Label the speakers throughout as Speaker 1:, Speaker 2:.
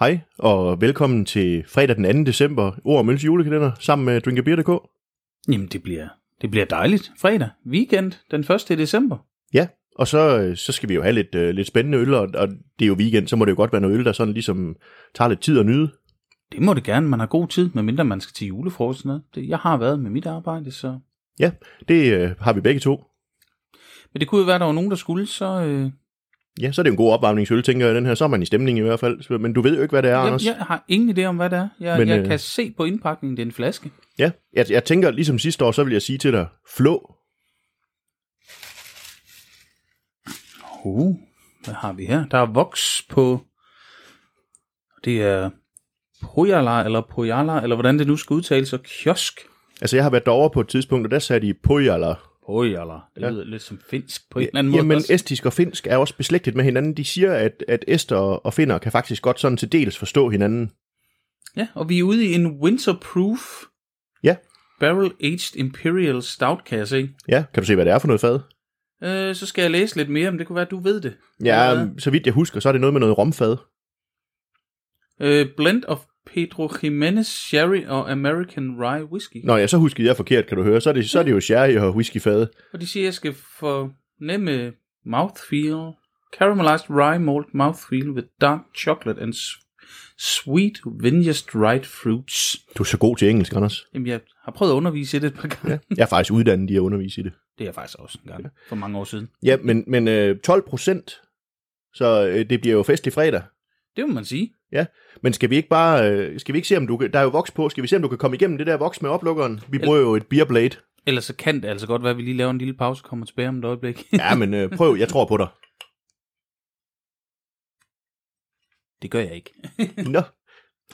Speaker 1: Hej og velkommen til fredag den 2. december, Ord og Øls julekalender, sammen med drinkabeer.dk.
Speaker 2: Jamen, det bliver, det bliver dejligt. Fredag, weekend, den 1. december.
Speaker 1: Ja, og så, øh, så skal vi jo have lidt, øh, lidt spændende øl, og, og det er jo weekend, så må det jo godt være noget øl, der sådan ligesom tager lidt tid at nyde.
Speaker 2: Det må det gerne, man har god tid, medmindre man skal til julefrokost og sådan noget. Det, jeg har været med mit arbejde, så...
Speaker 1: Ja, det øh, har vi begge to.
Speaker 2: Men det kunne jo være, der var nogen, der skulle, så... Øh...
Speaker 1: Ja, så er det jo en god opvarmningsøl, tænker jeg, den her. Så er man i stemning i hvert fald, men du ved jo ikke, hvad det er,
Speaker 2: Jeg,
Speaker 1: Anders.
Speaker 2: jeg har ingen idé om, hvad det er.
Speaker 1: Men,
Speaker 2: Jeg, Men, jeg
Speaker 1: øh,
Speaker 2: øh... kan se på indpakningen, det er en flaske.
Speaker 1: Ja, jeg, jeg tænker, ligesom sidste år, så vil jeg sige til dig, flå.
Speaker 2: Uh, hvad har vi her? Der er voks på... Det er Pojala, eller Pojala, eller hvordan det nu skal udtales, og kiosk.
Speaker 1: Altså, jeg har været derovre på et tidspunkt, og der sagde de pojala.
Speaker 2: Pojala. Det
Speaker 1: Ja.
Speaker 2: lyder lidt som finsk på en eller anden måde.
Speaker 1: Jamen,
Speaker 2: også.
Speaker 1: estisk og finsk er også beslægtet med hinanden. De siger, at, at ester og finner kan faktisk godt sådan til dels forstå hinanden.
Speaker 2: Ja, og vi er ude i en winterproof
Speaker 1: Ja.
Speaker 2: barrel aged imperial stout kasse, ikke?
Speaker 1: Ja, kan du se, hvad det er for noget fad?
Speaker 2: Øh, så skal jeg læse lidt mere, men det kunne være, at du ved det.
Speaker 1: Ja, um, mm,
Speaker 2: Eller hvad?
Speaker 1: så vidt jeg husker, så er det noget med noget romfad.
Speaker 2: Øh, blend of Pedro Jimenez Sherry og American Rye Whiskey.
Speaker 1: Nå ja, så husker jeg forkert, kan du høre. Så er det, så er det jo sherry og whiskyfad.
Speaker 2: Og de siger, at jeg skal fornemme mouthfeel. Caramelized rye malt mouthfeel with dark chocolate and s- sweet vineyard dried fruits.
Speaker 1: Du er så god til engelsk, Anders.
Speaker 2: Jamen, jeg har prøvet at undervise i det et par gange. Ja.
Speaker 1: Jeg er faktisk uddannet i at undervise i det.
Speaker 2: Det er jeg faktisk også en gang for mange år siden.
Speaker 1: Ja, men, men øh, 12 procent, så øh, det bliver jo festlig fredag.
Speaker 2: Det må man sige.
Speaker 1: Ja, men skal vi ikke bare, øh, skal vi ikke se om du kan, der er jo voks på, skal vi se om du kan komme igennem det der voks med oplukkeren? Vi bruger jo et beerblade.
Speaker 2: Ellers så kan det altså godt være, at vi lige laver en lille pause og kommer tilbage om et øjeblik.
Speaker 1: Ja, men øh, prøv, jeg tror på dig.
Speaker 2: det gør jeg ikke.
Speaker 1: Nå.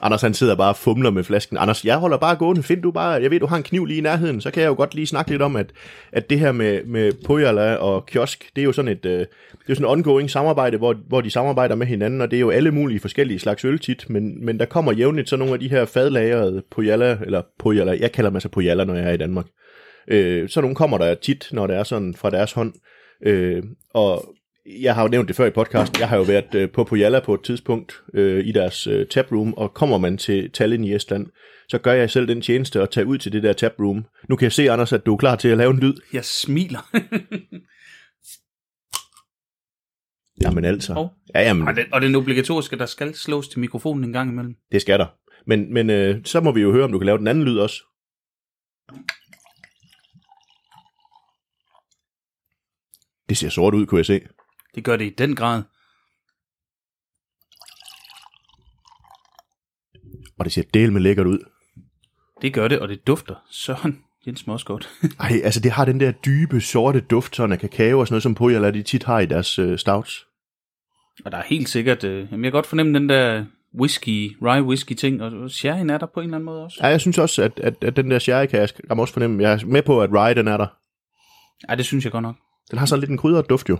Speaker 1: Anders han sidder bare og fumler med flasken. Anders, jeg holder bare gående. Find du bare, jeg ved, du har en kniv lige i nærheden, så kan jeg jo godt lige snakke lidt om, at, at det her med, med Pojala og Kiosk, det er jo sådan et, øh, det er jo sådan et ongoing samarbejde, hvor, hvor de samarbejder med hinanden, og det er jo alle mulige forskellige slags øl tit, men, men der kommer jævnligt sådan nogle af de her fadlagrede Pojala, eller Pojala, jeg kalder dem altså Pojala, når jeg er i Danmark. Øh, så nogle kommer der tit, når det er sådan fra deres hånd. Øh, og jeg har jo nævnt det før i podcast, jeg har jo været øh, på Pujala på et tidspunkt øh, i deres øh, taproom, og kommer man til Tallinn i Estland, så gør jeg selv den tjeneste at tage ud til det der taproom. Nu kan jeg se, Anders, at du er klar til at lave en lyd.
Speaker 2: Jeg smiler.
Speaker 1: Jamen altså.
Speaker 2: Hov.
Speaker 1: Ja, jamen,
Speaker 2: og, den, og den obligatoriske, der skal slås til mikrofonen en gang imellem.
Speaker 1: det skal der. Men, men øh, så må vi jo høre, om du kan lave den anden lyd også. Det ser sort ud, kunne jeg se.
Speaker 2: Det gør det i den grad.
Speaker 1: Og det ser del med lækkert ud.
Speaker 2: Det gør det, og det dufter. Søren Jens Mosgaard.
Speaker 1: Ej, altså det har den der dybe, sorte duft, sådan af kakao og sådan noget, som Pujala de tit har i deres øh, stouts.
Speaker 2: og der er helt sikkert... Øh, jamen, jeg kan godt fornemme den der whisky, rye whisky ting, og sherryen er der på en eller anden måde også.
Speaker 1: Ja, jeg synes også, at, at, at den der sherry kan jeg, jeg må også fornemme. Jeg er med på, at rye, den er der.
Speaker 2: Ja, det synes jeg godt nok.
Speaker 1: Den har sådan lidt en krydret duft jo.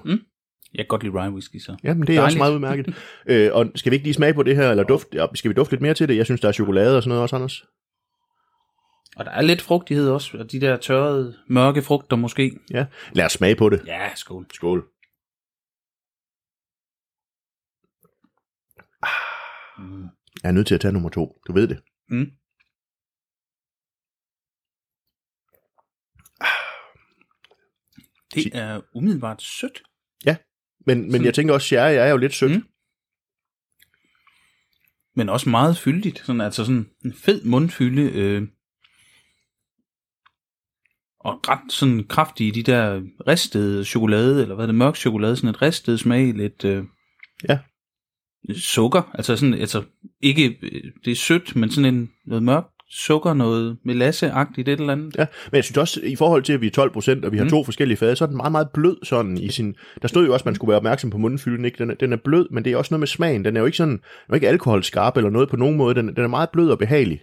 Speaker 2: Jeg kan godt lide rye whisky, så.
Speaker 1: Jamen, det er også
Speaker 2: Dejligt.
Speaker 1: meget udmærket. øh, og skal vi ikke lige smage på det her, eller duft, ja, skal vi dufte lidt mere til det? Jeg synes, der er chokolade og sådan noget også, Anders.
Speaker 2: Og der er lidt frugtighed også, og de der tørrede, mørke frugter måske.
Speaker 1: Ja. Lad os smage på det.
Speaker 2: Ja, skål.
Speaker 1: Skål.
Speaker 2: Mm.
Speaker 1: Jeg er nødt til at tage nummer to. Du ved det.
Speaker 2: Mm.
Speaker 1: Ti-
Speaker 2: Det er umiddelbart sødt.
Speaker 1: Men, men
Speaker 2: Sådan.
Speaker 1: jeg tænker også, sherry er jo lidt sødt.
Speaker 2: Mm. men også meget fyldigt. Sådan, altså sådan en fed mundfylde. Øh, og ret sådan kraftige, de der ristede chokolade, eller hvad er det, mørk chokolade, sådan et ristet smag, lidt øh,
Speaker 1: Ja.
Speaker 2: sukker. Altså sådan, altså ikke, øh, det er sødt, men sådan en, noget mørkt sukker, noget melasseagtigt, et eller andet.
Speaker 1: Ja, men jeg synes også, i forhold til, at vi er 12 procent, og vi har mm.
Speaker 2: Mm.
Speaker 1: to forskellige fade, så er den meget, meget blød sådan i sin... Der stod jo også, at man skulle være opmærksom på mundfylden, ikke? Den er, den er blød, men det er også noget med smagen. Den er jo ikke sådan... Den er jo ikke alkoholskarp eller noget på nogen måde. Den, den er meget blød og behagelig.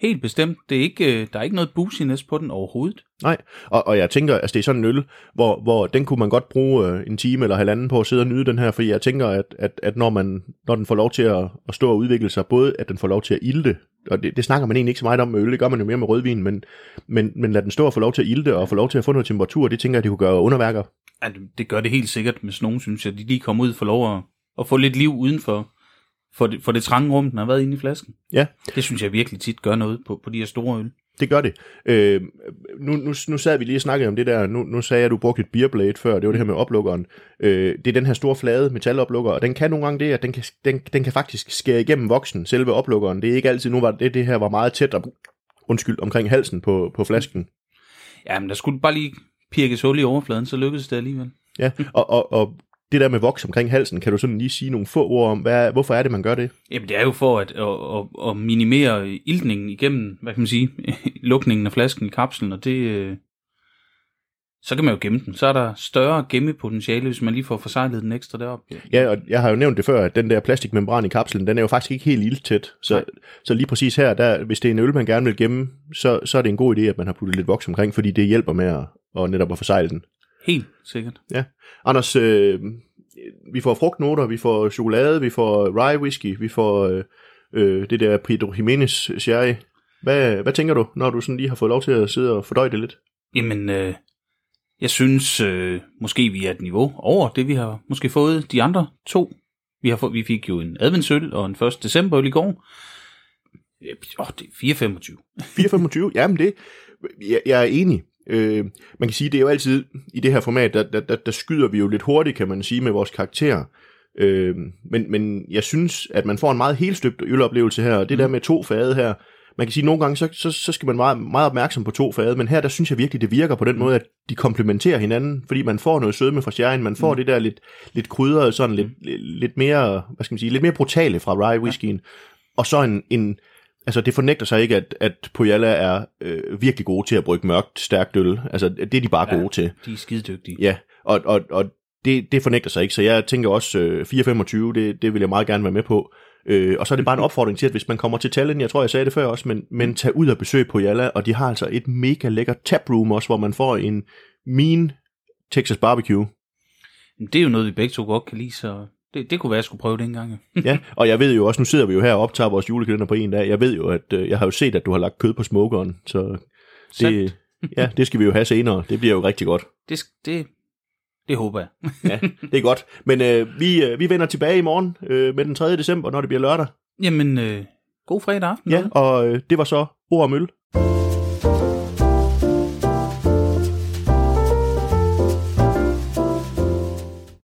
Speaker 2: Helt bestemt, det er ikke, øh, der er ikke noget booziness på den overhovedet.
Speaker 1: Nej, og, og jeg tænker, at altså, det er sådan en øl, hvor, hvor den kunne man godt bruge øh, en time eller halvanden på at sidde og nyde den her, fordi jeg tænker, at, at, at når, man, når den får lov til at, at stå og udvikle sig, både at den får lov til at ilde, og det, det snakker man egentlig ikke så meget om med øl, det gør man jo mere med rødvin, men, men, men lad den stå og få lov til at ilde og få lov til at få noget temperatur, det tænker jeg, det kunne gøre underværker.
Speaker 2: at det gør det helt sikkert, hvis nogen synes, at de lige kommer ud for lov at, at få lidt liv uden for, for det, for det trange rum, den har været inde i flasken.
Speaker 1: Ja.
Speaker 2: Det synes jeg virkelig tit gør noget på, på de her store øl.
Speaker 1: Det gør det. Øh, nu, nu, nu sad vi lige og snakkede om det der, nu, nu sagde jeg, at du brugte et beerblade før, det var det her med oplukkeren. Øh, det er den her store flade metaloplukker, og den kan nogle gange det, at den kan, den, den kan faktisk skære igennem voksen, selve oplukkeren. Det er ikke altid, nu var det, det her var meget tæt og, undskyld, omkring halsen på, på flasken.
Speaker 2: Jamen, der skulle bare lige pirkes hul i overfladen, så lykkedes det alligevel.
Speaker 1: Ja, og, og, og det der med voks omkring halsen, kan du sådan lige sige nogle få ord om, hvad, hvorfor er det, man gør det?
Speaker 2: Jamen, det er jo for at, at, at, at minimere iltningen igennem, hvad kan man sige, lukningen af flasken i kapslen, og det... øh, Så kan man jo gemme den. Så er der større gemmepotentiale, hvis man lige får forsejlet den ekstra derop.
Speaker 1: Ja, og jeg har jo nævnt det før, at den der plastikmembran i kapslen, den er jo faktisk ikke helt ildtæt. Så,
Speaker 2: Nej.
Speaker 1: så lige præcis her, der, hvis det er en øl, man gerne vil gemme, så, så er det en god idé, at man har puttet lidt voks omkring, fordi det hjælper med at, og netop at forsegle den.
Speaker 2: Helt sikkert.
Speaker 1: Anders, øh, vi får frugtnoter, vi får chokolade, vi får rye whisky, vi får øh, øh, det der Pedro Jimenez sherry. Hvad, hvad tænker du, når du sådan lige har fået lov til at sidde og fordøje det lidt?
Speaker 2: Jamen, øh, jeg synes øh, måske, vi er et niveau over det, vi har måske fået de andre to. Vi, har fået, vi fik jo en adventsøl og en 1. december i går. Øh, åh, det er 4,25.
Speaker 1: 4,25, jamen det, jeg, jeg er enig. Øh, man kan sige, det er jo altid, i det her format, der, der, der, der skyder vi jo lidt hurtigt, kan man sige, med vores karakterer. Øh, men, men jeg synes, at man får en meget helstøbt øloplevelse her, og det mm. der med to fade her, man kan sige, at nogle gange, så, så, så skal man være meget, meget opmærksom på to fade, men her, der synes jeg virkelig, det virker på den måde, at de komplementerer hinanden, fordi man får noget sødme fra sherryen, man får mm. det der lidt, lidt krydret, sådan lidt, lidt mere, hvad skal man sige, lidt mere brutale fra rye whiskyen, og så en, en, altså det fornægter sig ikke, at, at Puyallup er øh, virkelig gode til at brygge mørkt, stærkt øl. Altså det er de bare
Speaker 2: Ja.
Speaker 1: ja. gode til.
Speaker 2: De er skidedygtige.
Speaker 1: Ja, og, og, og det, det fornægter sig ikke, så jeg tænker også øh, 4,25, det, det vil jeg meget gerne være med på. Øh, og så er det bare en opfordring til, at hvis man kommer til Tallinn, jeg tror, jeg sagde det før også, men, men tag ud og besøg på Jalla, og de har altså et mega lækkert taproom også, hvor man får en min Texas barbecue.
Speaker 2: Men Det er jo noget, vi begge to godt kan lide, så det, det kunne være, at jeg skulle prøve det engang. ja.
Speaker 1: Ja, og jeg ved jo også, nu sidder vi jo her og optager vores julekalender på en dag, jeg ved jo, at øh, jeg har jo set, at du har lagt kød på smokeren, så
Speaker 2: Sandt.
Speaker 1: det, ja, det skal vi jo have senere, det bliver jo rigtig godt.
Speaker 2: Det, sk- det, det håber jeg.
Speaker 1: Ja, det er godt. Men øh, vi, øh, vi vender tilbage i morgen øh, med den 3. december, når det bliver lørdag.
Speaker 2: Jamen, øh, god fredag aften.
Speaker 1: Ja,
Speaker 2: derude.
Speaker 1: og øh, det var så ord om øl.